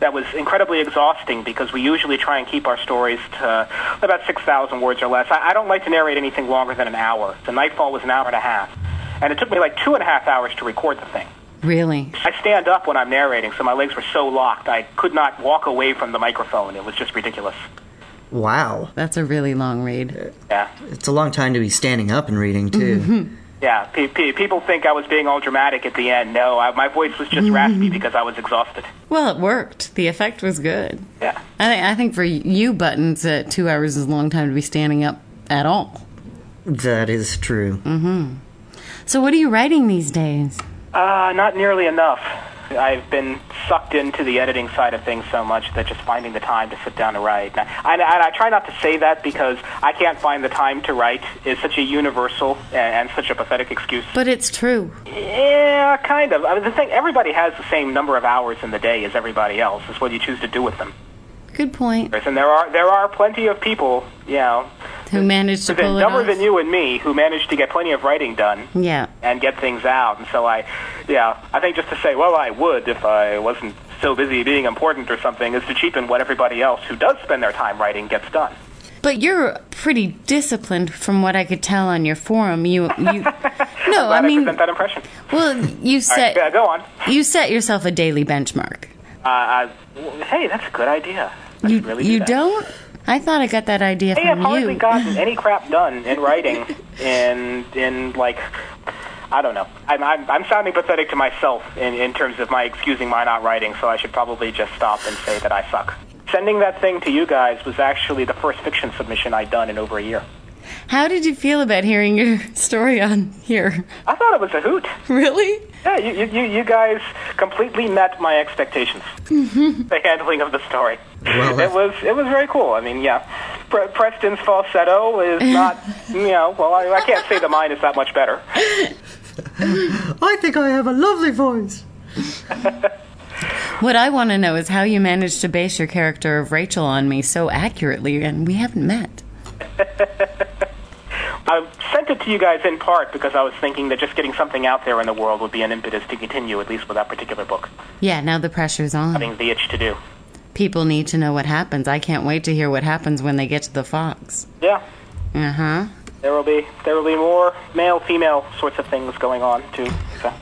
[SPEAKER 5] That was incredibly exhausting because we usually try and keep our stories to about 6,000 words or less. I, I don't like to narrate anything longer than an hour. The Nightfall was an hour and a half, and it took me like two and a half hours to record the thing.
[SPEAKER 2] Really.
[SPEAKER 5] I stand up when I'm narrating, so my legs were so locked I could not walk away from the microphone. It was just ridiculous.
[SPEAKER 1] Wow.
[SPEAKER 2] That's a really long read.
[SPEAKER 5] Yeah.
[SPEAKER 1] It's a long time to be standing up and reading, too.
[SPEAKER 2] Mm-hmm.
[SPEAKER 5] Yeah, pe- pe- people think I was being all dramatic at the end. No, I, my voice was just raspy because I was exhausted.
[SPEAKER 2] Well, it worked. The effect was good.
[SPEAKER 5] Yeah.
[SPEAKER 2] I, thi- I think for you, buttons, uh, two hours is a long time to be standing up at all.
[SPEAKER 1] that is true.
[SPEAKER 2] Mm. So, what are you writing these days?
[SPEAKER 5] Uh, not nearly enough. I've been sucked into the editing side of things so much that just finding the time to sit down and write. And I, and I, I try not to say that because I can't find the time to write is such a universal and, and such a pathetic excuse.
[SPEAKER 2] But it's true.
[SPEAKER 5] Yeah, kind of. I mean, the thing everybody has the same number of hours in the day as everybody else. It's what you choose to do with them.
[SPEAKER 2] Good point.
[SPEAKER 5] And there are there are plenty of people, you know,
[SPEAKER 2] Who managed to
[SPEAKER 5] who've been
[SPEAKER 2] pull it
[SPEAKER 5] dumber
[SPEAKER 2] off?
[SPEAKER 5] than you and me who managed to get plenty of writing done
[SPEAKER 2] Yeah.
[SPEAKER 5] and get things out. And so I, yeah, I think just to say, well, I would if I wasn't so busy being important or something, is to cheapen what everybody else who does spend their time writing gets done.
[SPEAKER 2] But you're pretty disciplined, from what I could tell on your forum. You, you. No, I
[SPEAKER 5] Glad I
[SPEAKER 2] mean,
[SPEAKER 5] present that impression.
[SPEAKER 2] well, you
[SPEAKER 5] All right,
[SPEAKER 2] set
[SPEAKER 5] yeah, go on.
[SPEAKER 2] you set yourself a daily benchmark.
[SPEAKER 5] Uh, I, w- hey, that's a good idea. I
[SPEAKER 2] You
[SPEAKER 5] should really
[SPEAKER 2] you
[SPEAKER 5] do that.
[SPEAKER 2] not I thought I got that idea
[SPEAKER 5] Hey, I've
[SPEAKER 2] from
[SPEAKER 5] hardly
[SPEAKER 2] you.
[SPEAKER 5] gotten any crap done in writing in in like I don't know. I'm I'm, I'm sounding pathetic to myself in, in terms of my excusing my not writing, so I should probably just stop and say that I suck. Sending that thing to you guys was actually the first fiction submission I'd done in over a year.
[SPEAKER 2] How did you feel about hearing your story on here?
[SPEAKER 5] I thought it was a hoot.
[SPEAKER 2] Really?
[SPEAKER 5] Yeah, you you, you- you guys completely met my expectations. the handling of the story.
[SPEAKER 1] Well,
[SPEAKER 5] it was it was very cool. I mean, yeah, Pre- Preston's falsetto is not you know. Well, I, I can't say the mine is that much better.
[SPEAKER 1] I think I have a lovely voice.
[SPEAKER 2] What I want to know is how you managed to base your character of Rachel on me so accurately, and we haven't met.
[SPEAKER 5] I sent it to you guys in part because I was thinking that just getting something out there in the world would be an impetus to continue, at least with that particular book.
[SPEAKER 2] Yeah, now the pressure's on.
[SPEAKER 5] Having the itch to do.
[SPEAKER 2] People need to know what happens. I can't wait to hear what happens when they get to the Fox.
[SPEAKER 5] Yeah,
[SPEAKER 2] Uh huh.
[SPEAKER 5] there will be there will be more male female sorts of things going on too. So.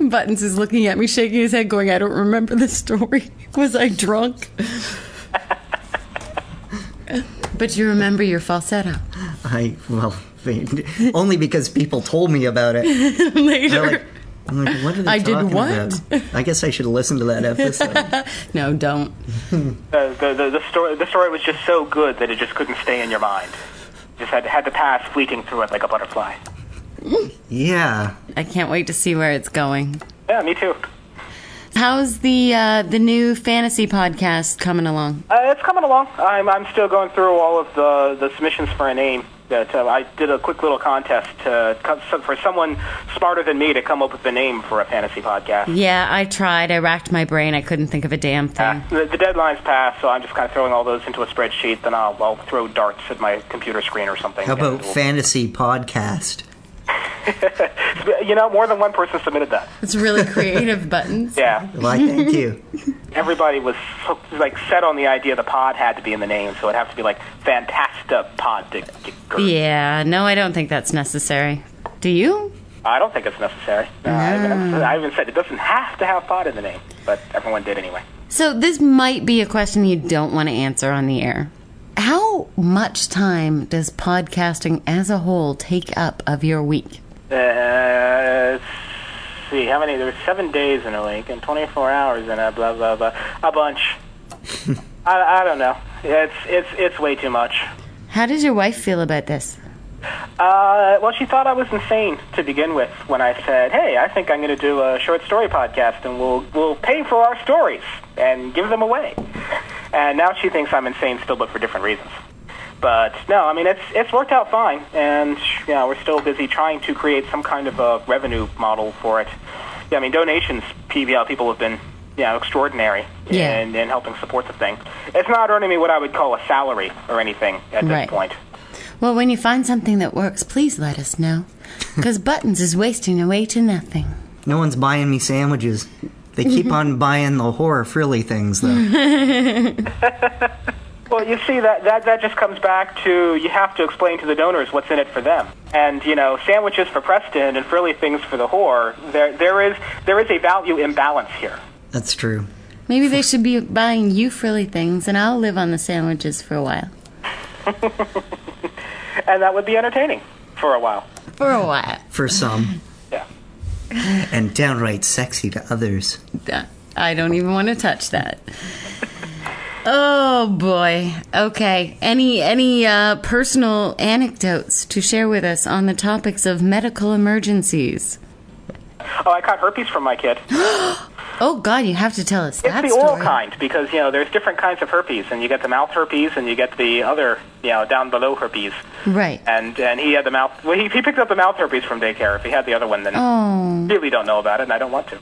[SPEAKER 2] Buttons is looking at me, shaking his head, going, I don't remember the story. Was I drunk? but you remember your falsetto
[SPEAKER 1] I, well, only because people told me about it.
[SPEAKER 2] later.
[SPEAKER 1] I'm like, I'm like, what are they
[SPEAKER 2] I did
[SPEAKER 1] talking
[SPEAKER 2] what?
[SPEAKER 1] about? I guess I should listen to that episode.
[SPEAKER 2] no, don't.
[SPEAKER 5] the, the, the, the story the story was just so good that it just couldn't stay in your mind. Just had had to pass fleeting through it like a butterfly.
[SPEAKER 1] yeah.
[SPEAKER 2] I can't wait to see where it's going.
[SPEAKER 5] Yeah, me too.
[SPEAKER 2] How's the uh, the new fantasy podcast coming along?
[SPEAKER 5] Uh, it's coming along. I'm I'm still going through all of the the submissions for a name. That uh, I did a quick little contest to co- so- for someone smarter than me to come up with a name for a fantasy
[SPEAKER 1] Mm-hmm.
[SPEAKER 5] podcast.
[SPEAKER 2] Yeah, I tried. I racked my brain. I couldn't think of a damn thing.
[SPEAKER 5] Uh, the, the deadline's passed, so I'm just kind of throwing all those into a spreadsheet. Then I'll, I'll throw darts at my computer screen or something.
[SPEAKER 1] How
[SPEAKER 5] and
[SPEAKER 1] about
[SPEAKER 5] we'll-
[SPEAKER 1] fantasy podcast?
[SPEAKER 5] you know, more than one person submitted that.
[SPEAKER 2] It's really creative buttons.
[SPEAKER 5] Yeah.
[SPEAKER 1] Why, thank you.
[SPEAKER 5] everybody was so, like set on the idea the pod had to be in the name, so it'd have to be like Fantasta Pod.
[SPEAKER 2] Yeah, no, I don't think that's necessary. Do you?
[SPEAKER 5] I don't think it's necessary. No, I, even, I even said it doesn't have to have pod in the name, but everyone did anyway.
[SPEAKER 2] So this might be a question you don't want to answer on the air. How much time does podcasting as a whole take up of your week?
[SPEAKER 5] Uh, let's see how many? There were seven days in a week and 24 hours in a blah blah blah, a bunch. I, I don't know. It's it's it's way too much.
[SPEAKER 2] How does your wife feel about this?
[SPEAKER 5] Uh, well, she thought I was insane to begin with when I said, "Hey, I think I'm going to do a short story podcast, and we'll we'll pay for our stories and give them away." And now she thinks I'm insane still, but for different reasons. But no, I mean it's it's worked out fine, and you know, we're still busy trying to create some kind of a revenue model for it. Yeah, I mean donations, PBL people have been you know extraordinary
[SPEAKER 2] Yeah.
[SPEAKER 5] in, in helping support the thing. It's not earning me what I would call a salary or anything at
[SPEAKER 2] Right.
[SPEAKER 5] this point.
[SPEAKER 2] Well, when you find something that works, please let us know. Because Buttons is wasting away to nothing.
[SPEAKER 1] No one's buying me sandwiches. They keep on buying the horror frilly things, though.
[SPEAKER 5] Well, you see, that, that, that just comes back to you have to explain to the donors what's in it for them. And, you know, sandwiches for Preston and frilly things for the whore, there, there, is, there is a value imbalance here.
[SPEAKER 1] That's true.
[SPEAKER 2] Maybe they should be buying you frilly things, and I'll live on the sandwiches for a while.
[SPEAKER 5] and that would be entertaining for a while.
[SPEAKER 2] For a while.
[SPEAKER 1] for some,
[SPEAKER 5] Yeah.
[SPEAKER 1] and downright sexy to others.
[SPEAKER 2] Uh, I don't even want to touch that. Oh boy. Okay. Any any uh, personal anecdotes to share with us on the topics of medical emergencies?
[SPEAKER 5] Oh, I caught herpes from my kid.
[SPEAKER 2] Oh God, you have to tell us
[SPEAKER 5] It's
[SPEAKER 2] that
[SPEAKER 5] the oral
[SPEAKER 2] story.
[SPEAKER 5] kind because you know there's different kinds of herpes, and you get the mouth herpes, and you get the other, you know, down below herpes.
[SPEAKER 2] Right.
[SPEAKER 5] And and he had the mouth. Well, he, he picked up the mouth herpes from daycare. If he had the other one, then
[SPEAKER 2] Oh.
[SPEAKER 5] really don't know about it, and I don't want to.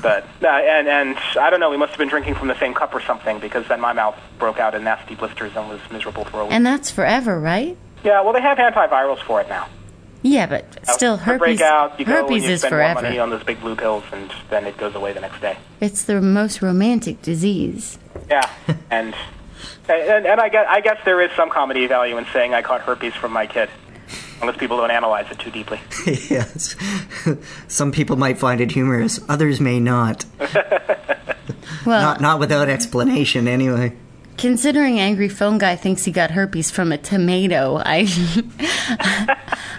[SPEAKER 5] but uh, and and I don't know. We must have been drinking from the same cup or something because then my mouth broke out in nasty blisters and was miserable for a week.
[SPEAKER 2] And that's forever, right?
[SPEAKER 5] yeah. Well, they have antivirals for it now.
[SPEAKER 2] Yeah, but still,
[SPEAKER 5] For
[SPEAKER 2] herpes.
[SPEAKER 5] breakout, you go and
[SPEAKER 2] herpes
[SPEAKER 5] you
[SPEAKER 2] is
[SPEAKER 5] spend
[SPEAKER 2] forever.
[SPEAKER 5] more money on those big blue pills, and then it goes away the next day.
[SPEAKER 2] It's the most romantic disease.
[SPEAKER 5] Yeah, and and, and I, guess, I guess there is some comedy value in saying I caught herpes from my kid, unless people don't analyze it too deeply.
[SPEAKER 1] yes, some people might find it humorous, others may not.
[SPEAKER 5] Uh.
[SPEAKER 2] Well,
[SPEAKER 1] Not not without explanation, anyway.
[SPEAKER 2] Considering Angry Phone Guy thinks he got herpes from a tomato, I,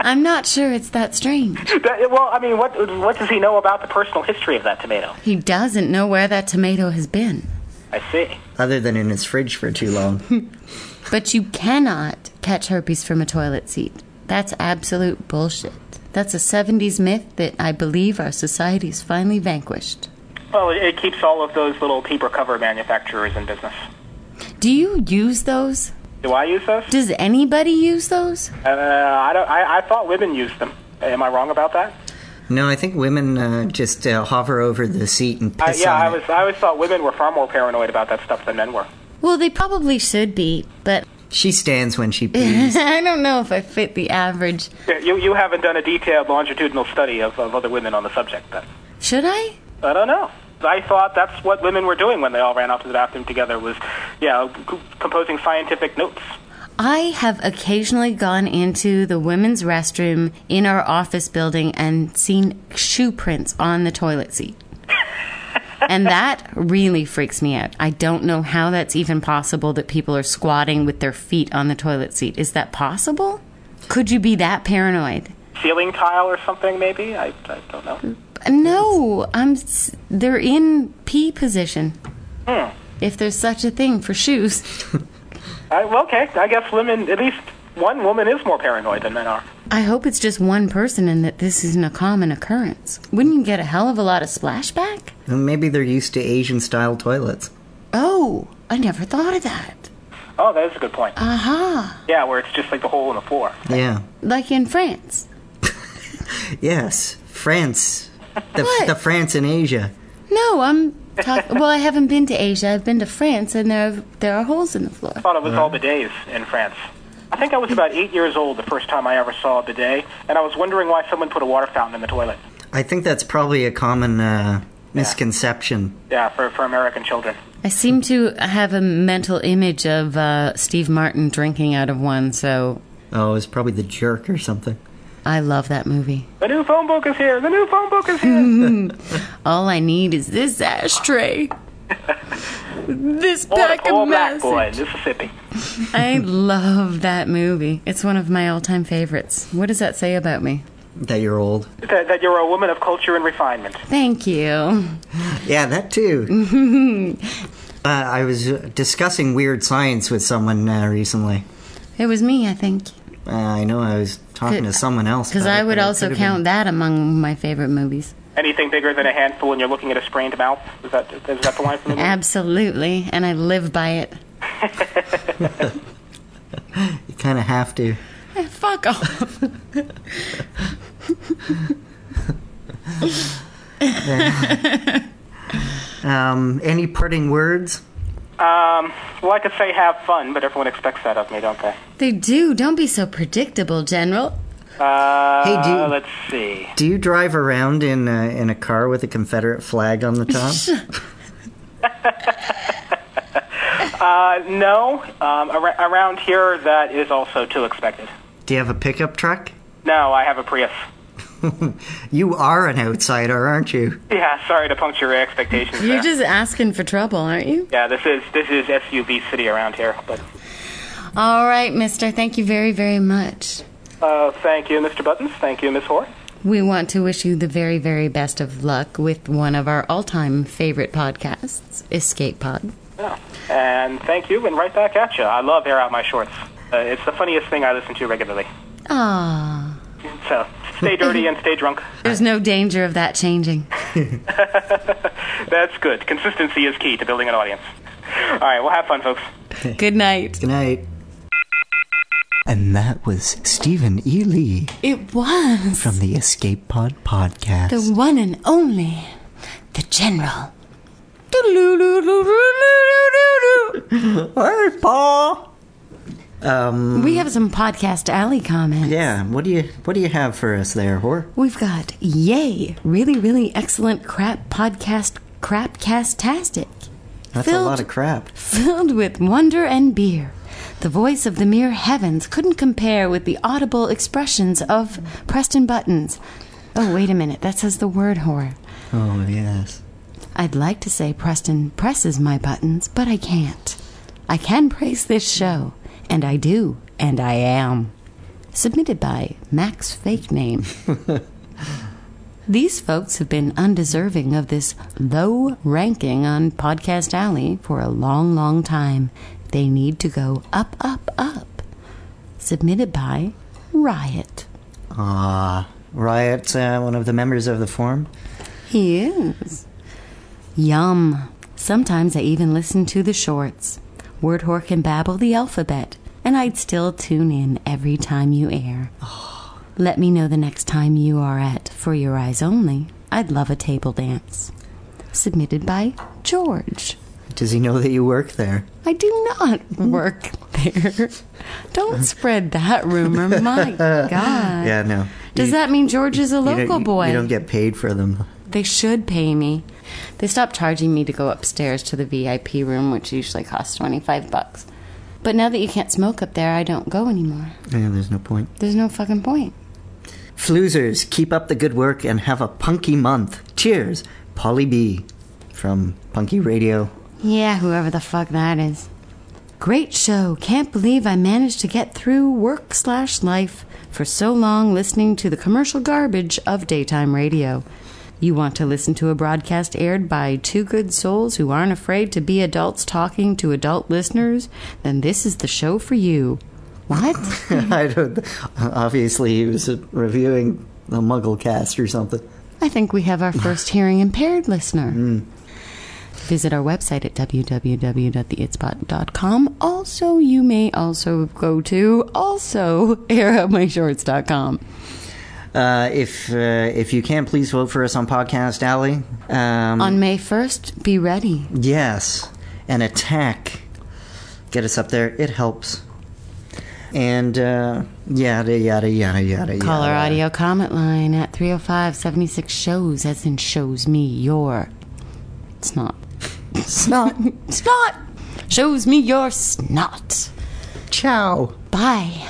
[SPEAKER 2] I'm not sure it's that strange.
[SPEAKER 5] That- well, I mean, what what does he know about the personal history of that tomato?
[SPEAKER 2] He doesn't know where that tomato has been.
[SPEAKER 5] I see.
[SPEAKER 1] Other than in his fridge for too long.
[SPEAKER 2] But you cannot catch herpes from a toilet seat. That's absolute bullshit. That's a 70s myth that I believe our society's finally vanquished.
[SPEAKER 5] Well, it, it keeps all of those little paper cover manufacturers in business.
[SPEAKER 2] Do you use those?
[SPEAKER 5] Do I use those?
[SPEAKER 2] Does anybody use those?
[SPEAKER 5] Uh, I don't. I, I thought women used them. Am I wrong about that?
[SPEAKER 1] no, I think women uh, just uh, hover over the seat and
[SPEAKER 5] I,
[SPEAKER 1] piss
[SPEAKER 5] Uh, yeah,
[SPEAKER 1] on
[SPEAKER 5] I
[SPEAKER 1] it.
[SPEAKER 5] was. I always thought women were far more paranoid about that stuff than men were.
[SPEAKER 2] Well, they probably should be, but
[SPEAKER 1] She stands when she pees.
[SPEAKER 2] I don't know if I fit the average.
[SPEAKER 5] You you haven't done a detailed longitudinal study of, of other women on the subject, but.
[SPEAKER 2] Should I?
[SPEAKER 5] I don't know. I thought that's what women were doing when they all ran off to the bathroom together was, yeah, c- composing scientific notes.
[SPEAKER 2] I have occasionally gone into the women's restroom in our office building and seen shoe prints on the toilet seat. and that really freaks me out. I don't know how that's even possible that people are squatting with their feet on the toilet seat. Is that possible? Could you be that paranoid?
[SPEAKER 5] Ceiling tile or something, maybe? I, I don't know.
[SPEAKER 2] No, I'm s- they're in pee position. If there's such a thing for shoes.
[SPEAKER 5] I, well, okay, I guess women, at least one woman is more paranoid than men are.
[SPEAKER 2] I hope it's just one person and that this isn't a common occurrence. Wouldn't you get a hell of a lot of splashback?
[SPEAKER 1] Maybe they're used to Asian style toilets.
[SPEAKER 2] Oh, I never thought of that.
[SPEAKER 5] Oh, that is a good point.
[SPEAKER 2] Aha.
[SPEAKER 5] Yeah, where it's just like the hole in the floor.
[SPEAKER 1] Yeah.
[SPEAKER 2] Like in France.
[SPEAKER 1] Yes. France. The,
[SPEAKER 2] What?
[SPEAKER 1] the France in Asia.
[SPEAKER 2] No, I'm talking. well, I haven't been to Asia. I've been to France and there are, there are holes in the floor.
[SPEAKER 5] thought it was all bidets in France. I think I was about eight years old the first time I ever saw a bidet, and I was wondering why someone put a water fountain in the toilet.
[SPEAKER 1] I think that's probably a common uh, misconception.
[SPEAKER 5] Yeah, for, for American children.
[SPEAKER 2] I seem to have a mental image of uh, Steve Martin drinking out of one, so
[SPEAKER 1] Oh, it's probably the jerk or something.
[SPEAKER 2] I love that movie.
[SPEAKER 5] The new phone book is here! The new phone book is here!
[SPEAKER 1] Hmm,
[SPEAKER 2] All I need is this ashtray. This pack
[SPEAKER 5] poor
[SPEAKER 2] of
[SPEAKER 5] black boy in
[SPEAKER 2] messages.
[SPEAKER 5] Mississippi.
[SPEAKER 2] I love that movie. It's one of my all-time favorites. What does that say about me?
[SPEAKER 1] That you're old.
[SPEAKER 5] that, that you're a woman of culture and refinement.
[SPEAKER 2] Thank you.
[SPEAKER 1] Yeah, that too. uh, I was uh, discussing weird science with someone uh, recently.
[SPEAKER 2] It was me, I think,
[SPEAKER 1] Uh, I know I was talking to
[SPEAKER 2] Could-
[SPEAKER 1] someone else.
[SPEAKER 2] because
[SPEAKER 1] about
[SPEAKER 2] I
[SPEAKER 1] it,
[SPEAKER 2] would
[SPEAKER 1] but it
[SPEAKER 2] also
[SPEAKER 1] could've been-
[SPEAKER 2] count that among my favorite movies.
[SPEAKER 5] Anything bigger than a handful and you're looking at a sprained mouth? Is that, is that the line from the movie?
[SPEAKER 2] Absolutely, and I live by it.
[SPEAKER 1] You kind of have to.
[SPEAKER 2] Eh, Fuck off.
[SPEAKER 1] Um, any parting words?
[SPEAKER 5] um, well, I could say have fun, but everyone expects that of me, don't they?
[SPEAKER 2] They do. Don't be so predictable, General.
[SPEAKER 5] Uh,
[SPEAKER 1] Hey, do you-
[SPEAKER 5] let's see.
[SPEAKER 1] Do you drive around in a, in a car with a Confederate flag on the top?
[SPEAKER 5] Uh, no, um, ar- around here that is also too expected.
[SPEAKER 1] Do you have a pickup truck?
[SPEAKER 5] No, I have a Prius.
[SPEAKER 1] you are an outsider, aren't you?
[SPEAKER 5] Yeah, sorry to puncture your expectations.
[SPEAKER 2] You're
[SPEAKER 5] there.
[SPEAKER 2] just asking for trouble, aren't you?
[SPEAKER 5] yeah, this is this is SUV city around here. But
[SPEAKER 2] All right, mister. Thank you very, very much.
[SPEAKER 5] uh, thank you, Mr. Buttons. Thank you, Miss Hoare.
[SPEAKER 2] We want to wish you the very, very best of luck with one of our all time favorite podcasts, Escape Pod.
[SPEAKER 5] Yeah. And thank you, and right back at you. I love air out my shorts. Uh, it's the funniest thing I listen to regularly.
[SPEAKER 2] Ah,
[SPEAKER 5] So stay dirty and stay drunk.
[SPEAKER 2] There's no danger of that changing.
[SPEAKER 5] That's good. Consistency is key to building an audience. All right, well, have fun, folks.
[SPEAKER 2] Good night.
[SPEAKER 1] Good night. And that was Stephen E. Lee
[SPEAKER 2] It was
[SPEAKER 1] from the Escape Pod podcast.
[SPEAKER 2] the one and only, the General.
[SPEAKER 1] Where's Paul? Um,
[SPEAKER 2] We have some podcast alley comments.
[SPEAKER 1] Yeah, what do you what do you have for us there, whore?
[SPEAKER 2] We've got yay, really, really excellent crap podcast, crapcastastic.
[SPEAKER 1] That's a
[SPEAKER 2] Filled-
[SPEAKER 1] lot of crap.
[SPEAKER 2] filled with wonder and beer. The voice of the mere heavens couldn't compare with the audible expressions of Preston Buttons. Oh, wait a minute, that says the word horror.
[SPEAKER 1] Oh yes.
[SPEAKER 2] I'd like to say Preston presses my buttons, but I can't. I can praise this show, and I do, and I am. Submitted by Max Fake Name. These folks have been undeserving of this low ranking on Podcast Alley for a long, long time. They need to go up, up, up. Submitted by Riot.
[SPEAKER 1] Ah, Riot, uh, one of the members of the forum.
[SPEAKER 2] He is. Yum. Sometimes I even listen to the shorts. Word whore can babble the alphabet, and I'd still tune in every time you air.
[SPEAKER 1] Oh.
[SPEAKER 2] Let me know the next time you are at For Your Eyes Only. I'd love a table dance. Submitted by George.
[SPEAKER 1] Does he know that you work there?
[SPEAKER 2] I do not work there. Don't spread that rumor. My God.
[SPEAKER 1] Yeah, no.
[SPEAKER 2] Uh, Does
[SPEAKER 1] You-
[SPEAKER 2] that mean George is a
[SPEAKER 1] you don't-
[SPEAKER 2] local
[SPEAKER 1] you-
[SPEAKER 2] boy?
[SPEAKER 1] You don't get paid for them.
[SPEAKER 2] They should pay me. They stopped charging me to go upstairs to the VIP room, which usually costs 25 bucks. But now that you can't smoke up there, I don't go anymore.
[SPEAKER 1] Yeah, there's no point.
[SPEAKER 2] There's no fucking point.
[SPEAKER 1] Floozers, keep up the good work and have a punky month. Cheers, Polly B, from Punky Radio.
[SPEAKER 2] Yeah, whoever the fuck that is. Great show. Can't believe I managed to get through work slash life for so long listening to the commercial garbage of daytime radio. You want to listen to a broadcast aired by two good souls who aren't afraid to be adults talking to adult listeners? Then this is the show for you. What?
[SPEAKER 1] I don't. Obviously, he was reviewing the Muggle cast or something.
[SPEAKER 2] I think we have our first hearing impaired listener. Visit our website at www.theitspot.com. Also, you may also go to also airoutmyshorts.com.
[SPEAKER 1] Uh, if uh, if you can, please vote for us on Podcast Alley. Um,
[SPEAKER 2] On May 1st, be ready.
[SPEAKER 1] Yes, an attack. Get us up there. It helps. And uh, yada yada yada yada.
[SPEAKER 2] Call our
[SPEAKER 1] yada.
[SPEAKER 2] audio comment line at 305 76 shows, as in shows me your. Snot. Snot. snot! Shows me your snot.
[SPEAKER 1] Ciao.
[SPEAKER 2] Bye.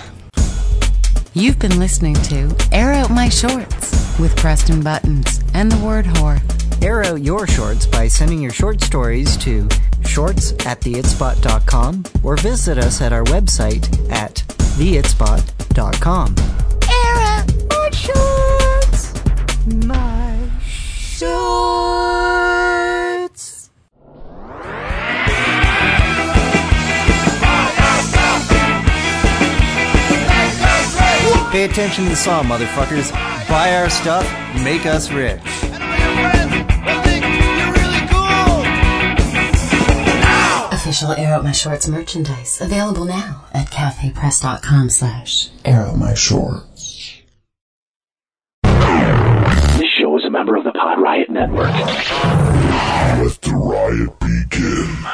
[SPEAKER 2] You've been listening to Air Out My Shorts with Preston Buttons and the Word Whore.
[SPEAKER 1] Air out your shorts by sending your short stories to shorts at theitspot.com or visit us at our website at theitspot.com.
[SPEAKER 2] Air Out My Shorts!
[SPEAKER 1] My shorts. Pay attention to the song, motherfuckers. Buy our stuff, make us rich.
[SPEAKER 2] Official Air Out My Shorts merchandise available now at cafepress.com slash.
[SPEAKER 6] Arrow my shorts.
[SPEAKER 7] This show is a member of the Pod Riot Network.
[SPEAKER 6] Let the riot begin.